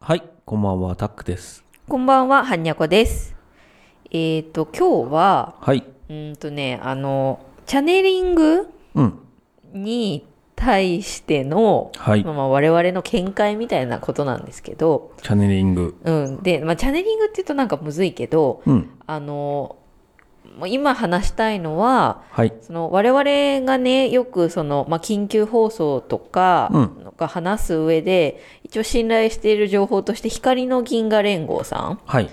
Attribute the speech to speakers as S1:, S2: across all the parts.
S1: はい、こんばんは、タックです。
S2: こんばんは、はんにゃこです。えっ、と、今日は、
S1: はい。
S2: うーんとね、あの、チャネリング
S1: うん。
S2: に対しての、
S1: はい
S2: ま。あまあ我々の見解みたいなことなんですけど、
S1: チャネリング。
S2: うん。で、まあ、チャネリングって言うとなんかむずいけど、
S1: うん。
S2: あの、もう今話したいのは、
S1: はい。
S2: その我々がね、よくその、まあ、緊急放送とか
S1: うん
S2: が話す上で、一応信頼している情報として、光の銀河連合さん、
S1: はい。
S2: っ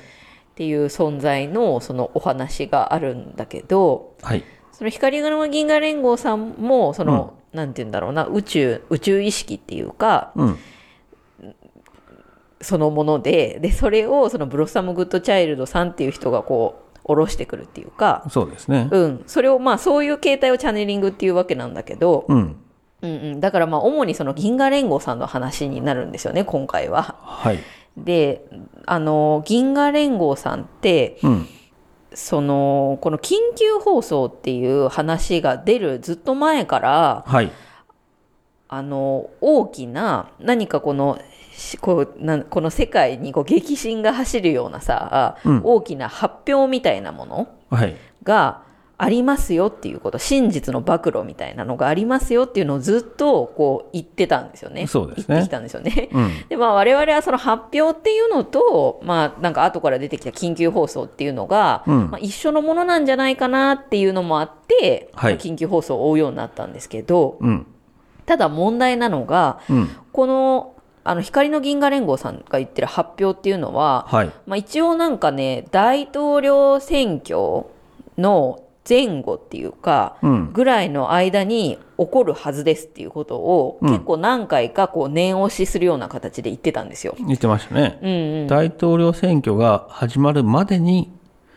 S2: ていう存在のそのお話があるんだけど
S1: はい。
S2: その光の銀河連合さんもその、なんて言うんだろうな宇宙宇宙意識っていうか
S1: うん。
S2: そのものででそれをそのブロッサム・グッド・チャイルドさんっていう人がこう下ろしてくるっていうか、
S1: そうですね。
S2: うん、それをまあそういう形態をチャネリングっていうわけなんだけど、
S1: うん。
S2: うんうん、だからまあ主にその銀河連合さんの話になるんですよね今回は。
S1: はい。
S2: であの銀河連合さんって
S1: うん。
S2: そのこの緊急放送っていう話が出るずっと前から
S1: はい。
S2: あの大きな何かこのしこうなんこの世界にこう激震が走るようなさ、
S1: うん
S2: 大きな発表みたいなもの
S1: はい。
S2: がありますよっていうこと真実の暴露みたいなのがありますよっていうのをずっとこう言ってたんですよね
S1: そうですね
S2: 言ってきたんですよね。
S1: うん。
S2: でまあ、我々はその発表っていうのと、まあ、なんか後から出てきた緊急放送っていうのが、
S1: うん
S2: まあ、一緒のものなんじゃないかなっていうのもあって、
S1: はい
S2: まあ緊急放送を追うようになったんですけど
S1: うん。
S2: ただ問題なのが
S1: うん。
S2: このあの光の銀河連合さんが言ってる発表っていうのは、
S1: はい。
S2: まあ、一応なんかね大統領選挙の前後っていうか、
S1: うん。
S2: ぐらいの間に起こるはずですっていうことを、
S1: うん
S2: 結構何回かこう念押しするような形で言ってたんですよ。
S1: 言ってましたね。
S2: うんうん、
S1: 大統領選挙が始まるまでに、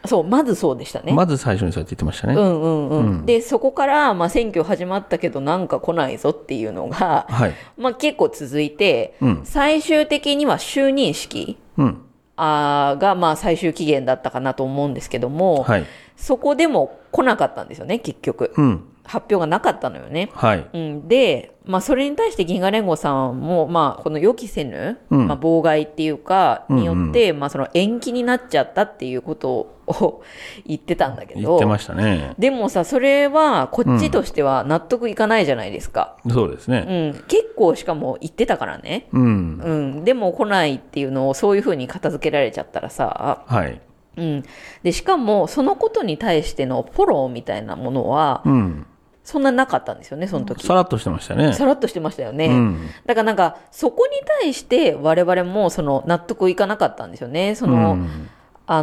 S2: そうまずそうでしたね。
S1: まず最初にそうやって言ってました
S2: う
S1: ね。
S2: んうんうんでそこから、まあ、選挙始まったけどなんか来ないぞっていうのが、
S1: はい。
S2: まあ、結構続いて、
S1: うん。
S2: 最終的には就任式
S1: うん。
S2: あーが、まあ、最終期限だったかなと思うんですけども、
S1: はい。
S2: そこでも来なかったんですよね結局
S1: うん。
S2: 発表がなかったのよね。
S1: はい。
S2: うん、で、まあ、それに対して銀河連合さんも、まあ、この予期せぬ、
S1: うん
S2: まあ、妨害っていうか
S1: うんうん
S2: によって、まあ、その延期になっちゃったっていうことを 言ってたんだけ
S1: 言
S2: ど
S1: ってましたね。
S2: でもさそれはこっちとしては納得いかないじゃないですか、
S1: そうです
S2: うん
S1: ね。
S2: 結構しかも言ってたからね、
S1: うん。
S2: うん、でも来ないっていうのをそういうふうに片付けられちゃったらさ、
S1: はい。
S2: うん、でしかもそのことに対してのフォローみたいなものは
S1: うん。
S2: そんななかったんですよねその時
S1: さらっとしてましたね。
S2: さらっとしてましたよね。
S1: うん。
S2: だからなんかそこに対して我々もその納得いかなかったんですよね。その、
S1: うん
S2: あ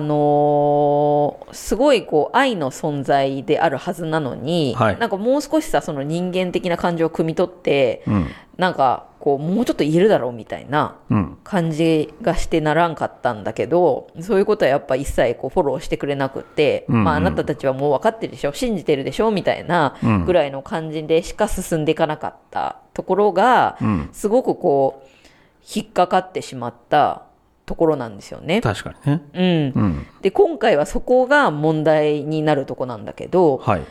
S2: のーすごいこう愛の存在であるはずなのに、
S1: はい
S2: なんかもう少しさその人間的な感情を汲み取って
S1: うん。
S2: なんかこうもうちょっと言えるだろうみたいな
S1: うん。
S2: 感じがしてならんかったんだけどそういうことはやっぱ一切こうフォローしてくれなくて、
S1: うんうん
S2: まあ、あなたたちはもう分かってるでしょ信じてるでしょみたいな
S1: うん
S2: ぐらいの感じでしか進んでいかなかったところが、
S1: うん。
S2: すごくこう引っかかってしまったところなんですよね。
S1: 確かにね。
S2: うん、
S1: うん。
S2: で今回はそこが問題になるとこなんだけど
S1: はい。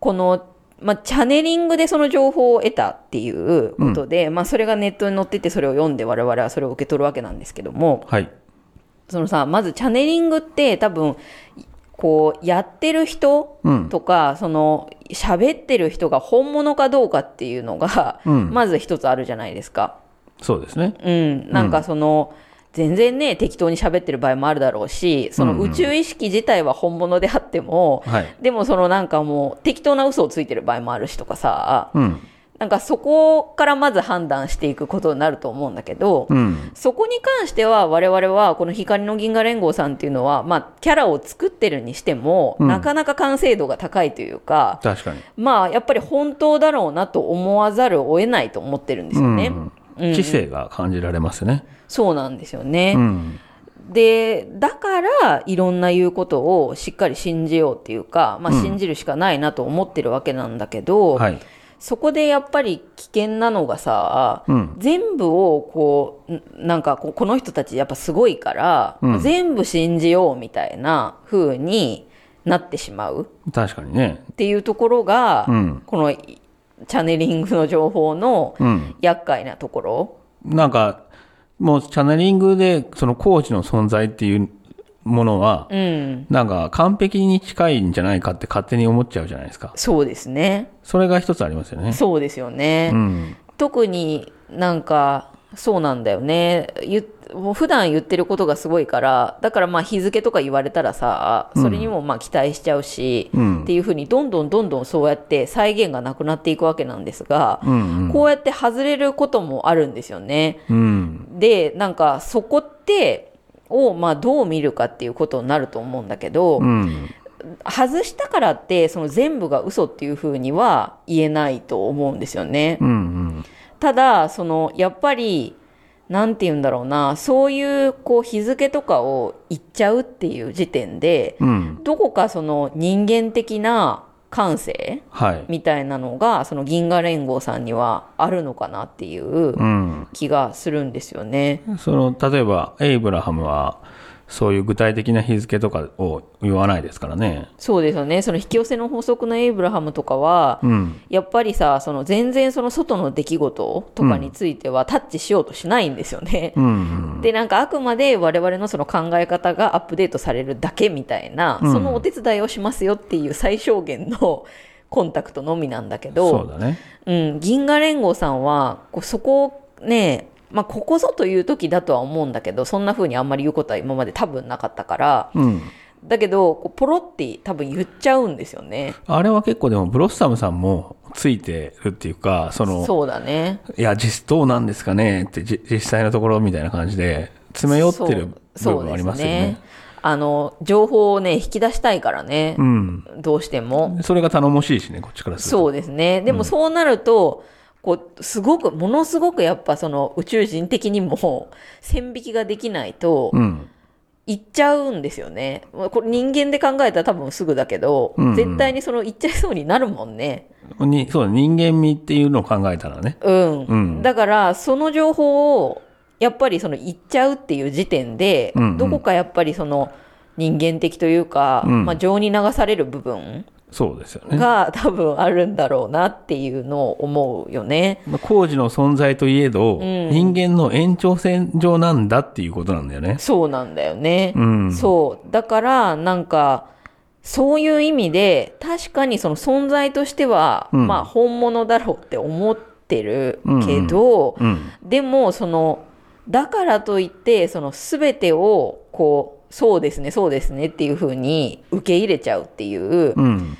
S2: この、まあ、チャネリングでその情報を得たっていうことで、まあ、それがネットに載っててそれを読んで我々はそれを受け取るわけなんですけども
S1: はい。
S2: そのさまずチャネリングって多分こうやってる人
S1: うん。
S2: とかその喋ってる人が本物かどうかっていうのが、
S1: うん
S2: まず一つあるじゃないですか。
S1: そうですね。
S2: うん、なんかその、全然ね適当に喋ってる場合もあるだろうしその宇宙意識自体は本物であっても、
S1: はい。
S2: でもそのなんかもう適当な嘘をついてる場合もあるしとかさ
S1: うん。
S2: なんかそこからまず判断していくことになると思うんだけど、
S1: うん。
S2: そこに関しては我々はこの光の銀河連合さんっていうのは、まあ、キャラを作ってるにしても、
S1: うん
S2: なかなか完成度が高いというか
S1: 確かに。
S2: まあやっぱり本当だろうなと思わざるを得ないと思ってるんですよね。
S1: うん
S2: うん
S1: 知性が感じられますね。
S2: そうなんですよね、
S1: うん。
S2: でだからいろんな言うことをしっかり信じようっていうか、まあ、
S1: うん
S2: 信じるしかないなと思ってるわけなんだけど、
S1: はい。
S2: そこでやっぱり危険なのがさ、
S1: うん。
S2: 全部をこうんなんかこうこの人たちやっぱすごいから、
S1: うん
S2: 全部信じようみたいな風になってしまう
S1: 確かにね。
S2: っていうところが、
S1: うん。
S2: このチャネリングの情報の
S1: うん。
S2: 厄介なところ。
S1: なんか、もうチャネリングで、そのコーチの存在っていうものは、
S2: うん。
S1: なんか完璧に近いんじゃないかって勝手に思っちゃうじゃないですか。
S2: そうですね。
S1: それが一つありますよね。
S2: そうですよね。
S1: うん。
S2: 特になんかそうなんだよねゆもう普段言ってることがすごいからだからまあ日付とか言われたらさそれにもまあ期待しちゃうし、
S1: うん
S2: っていうふうにどんどんどんどんそうやって再現がなくなっていくわけなんですが、
S1: うん
S2: こうやって外れることもあるんですよね。
S1: うん。
S2: でなんかそこってをまあどう見るかっていうことになると思うんだけど、
S1: うん。
S2: 外したからってその全部が嘘っていうふうには言えないと思うんですよね。
S1: うん。うん。
S2: ただそのやっぱりなんて言うんだろうなそういうこう日付とかを言っちゃうっていう時点で
S1: うん。
S2: どこかその人間的な感性
S1: はい。
S2: みたいなのがその銀河連合さんにはあるのかなっていう
S1: うん。
S2: 気がするんですよね。
S1: その、例えば、エイブラハムは、そういう具体的な日付とかを言わないですからね。
S2: そうですよねその引き寄せの法則のエイブラハムとかは
S1: うん。
S2: やっぱりさその全然その外の出来事とかについてはタッチしようとしないんですよね。
S1: うんうん。
S2: でなんかあくまで我々のその考え方がアップデートされるだけみたいな、
S1: うん
S2: そのお手伝いをしますよっていう最小限のコンタクトのみなんだけ
S1: そうだ
S2: ど
S1: ね。
S2: う、ん、銀河連合さんはこうそこをね、まあ、ここぞという時だとは思うんだけどそんな風にあんまり言うことは今まで多分なかったから
S1: うん。
S2: だけどこうポロって多分言っちゃうんですよね。
S1: あれは結構でも、ブロッサムさんもついてるっていうか、その、
S2: そうだね
S1: いや、実、どうなんですかねって、じ実際のところみたいな感じで、詰め寄ってる
S2: そ
S1: 部
S2: う
S1: 分はありますよ
S2: そう
S1: ね
S2: で。あの情報をね引き出したいからね、
S1: うん。
S2: どうしても。
S1: それが頼もしいしね、こっちからすると。
S2: そうですね。でもそうなると、こう、すごく、ものすごくやっぱその宇宙人的にも 線引きができないと、
S1: うん。
S2: 行っちゃうんですよね。まあこれ人間で考えたら多分すぐだけど、
S1: うんうん
S2: 絶対にその行っちゃいそうになるもんね。
S1: に、そうだ、人間味っていうのを考えたらね。
S2: うん。
S1: うん
S2: だから、その情報を、やっぱりその行っちゃうっていう時点で、
S1: うんうん
S2: どこかやっぱりその人間的というか、
S1: うん
S2: まあ情に流される部分
S1: そうですよね。
S2: が多分あるんだろうなっていうのを思うよね。
S1: まあ工事の存在といえど、
S2: ん
S1: 人間の延長線上なんだっていうことなんだよね。
S2: そうなんだよね。
S1: うん。
S2: そう。だから、なんか、そういう意味で、確かにその存在としては、
S1: うん
S2: まあ、本物だろうって思ってるけど、
S1: うん。
S2: でも、その、だからといって、その全てを、こう、そうですね、そうですねっていう風に受け入れちゃうっていう、
S1: うん。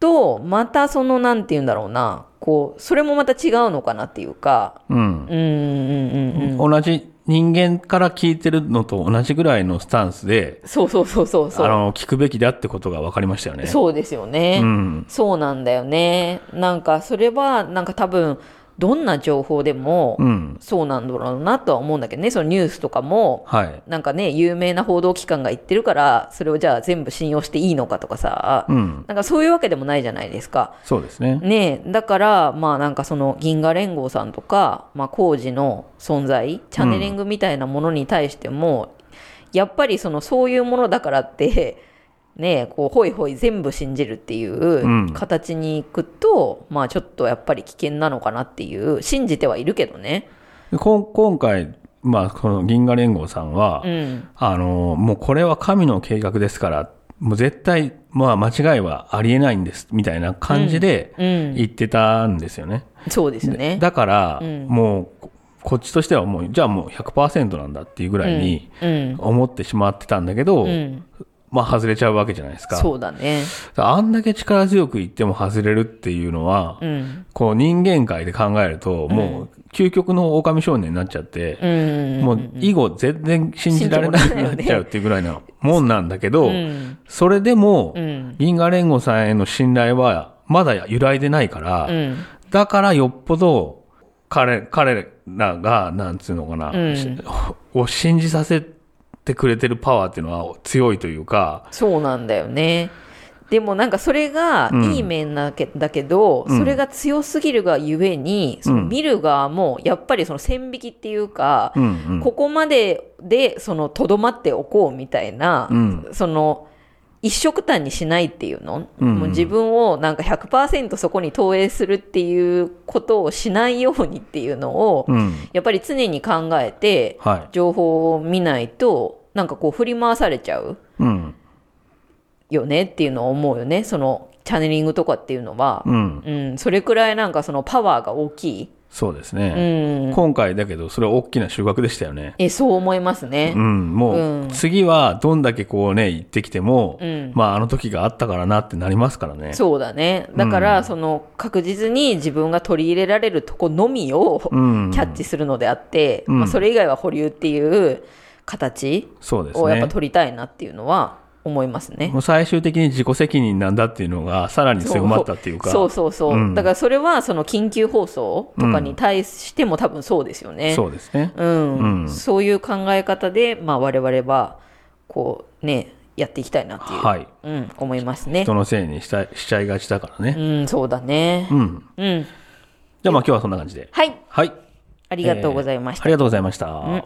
S2: と、またその、なんて言うんだろうな、こう、それもまた違うのかなっていうか、
S1: うん。
S2: うん、うん、うん、うん。
S1: 同じ人間から聞いてるのと同じぐらいのスタンスで、
S2: そうそうそうそうそう。
S1: あの、聞くべきだってことが分かりましたよね。
S2: そうですよね。
S1: うん。
S2: そうなんだよね。なんかそれはなんか多分どんな情報でも
S1: うん。
S2: そうなんだろうなとは思うんだけどね、そのニュースとかも。
S1: はい。
S2: なんかね、有名な報道機関が言ってるから、それをじゃあ全部信用していいのかとかさ、
S1: うん。
S2: なんかそういうわけでもないじゃないですか。
S1: そうですね。
S2: ねえだから、まあなんかその銀河連合さんとか、まあ工事の存在、チャネリングみたいなものに対しても、やっぱりそのそういうものだからって、 ねえこう、ほいほい全部信じるってい
S1: うん
S2: う形に行くと、まあちょっとやっぱり危険なのかなっていう、信じてはいるけどね。
S1: でこん今回、まあ、この銀河連合さんは、
S2: うん。
S1: あの、もうこれは神の計画ですから、もう絶対、まあ、間違いはありえないんです、みたいな感じで
S2: うん。
S1: 言ってたんですよね。
S2: そうですね。
S1: だから、
S2: うん
S1: もう、ここっちとしてはもう、じゃあもう100%なんだっていうぐらいに
S2: うん。
S1: 思ってしまってたんだけど、
S2: うん。
S1: まあ、外れちゃうわけじゃないですか。
S2: そうだね。
S1: あんだけ力強く言っても外れるっていうのは、
S2: うん。
S1: こう人間界で考えると、もう究極の狼少年になっちゃって、
S2: うん。
S1: もう以後全然信じられなくなっちゃうっていうぐらいのもんなんだけど、
S2: うん。
S1: それでも
S2: う、ん。
S1: 銀河連合さんへの信頼はまだ揺らいでないから、
S2: うん。
S1: だからよっぽど彼、彼らが、なんつうのかな、
S2: うん
S1: しを信じさせてくれてるパワーっていうのは強いというか、
S2: そうなんだよね。でもなんかそれがいい面なけ、だけど、
S1: うん
S2: それが強すぎるがゆえに、その見る側もやっぱりその線引きっていうか、
S1: うんうん
S2: ここまででそのとどまっておこうみたいな、
S1: うん
S2: その一色単にしないっていうの、
S1: うん
S2: もう自分をなんか100%そこに投影するっていうことをしないようにっていうのを、
S1: うん。
S2: やっぱり常に考えて
S1: は
S2: 情報を見ないとなんかこう振り回されちゃう
S1: い。うん。
S2: よねっていうのを思うよねそのチャネリングとかっていうのは、
S1: うん。
S2: うん、それくらいなんかそのパワーが大きい、
S1: そうです
S2: う
S1: ね。
S2: ん、
S1: 今回だけど、それは大きな収穫でしたよね。
S2: えそう思いますね
S1: う。ん。も
S2: うん
S1: う、次はどんだけこうね、行ってきても
S2: う、ん
S1: まあ、あの時があったからなってなりますからね。
S2: そうだねだから、その確実に自分が取り入れられるとこのみを
S1: うん。
S2: キャッチするのであって、
S1: うん
S2: まあ、それ以外は保留っていう形
S1: そうです
S2: をやっ
S1: ね
S2: ぱ。取りたいなっていうのは思いますね。
S1: もう最終的に自己責任なんだっていうのが、さらに強まったっていうか。
S2: そうそうそう、
S1: うん
S2: だからそれはその緊急放送とかに対しても多分そうですよね。
S1: そうですね。
S2: うん
S1: うん
S2: そういう考え方で、まあ、我々はこうねやっていきたいなっていう、
S1: はい。
S2: うん、思いますね。
S1: 人のせいにしたしちゃいがちだから
S2: う
S1: ね。
S2: ん、そうだね。
S1: うん。
S2: うん、
S1: じゃあまあ今日はそんな感じで。
S2: はい
S1: はい。
S2: ありがとうございました。
S1: ありがとうございました。
S2: ん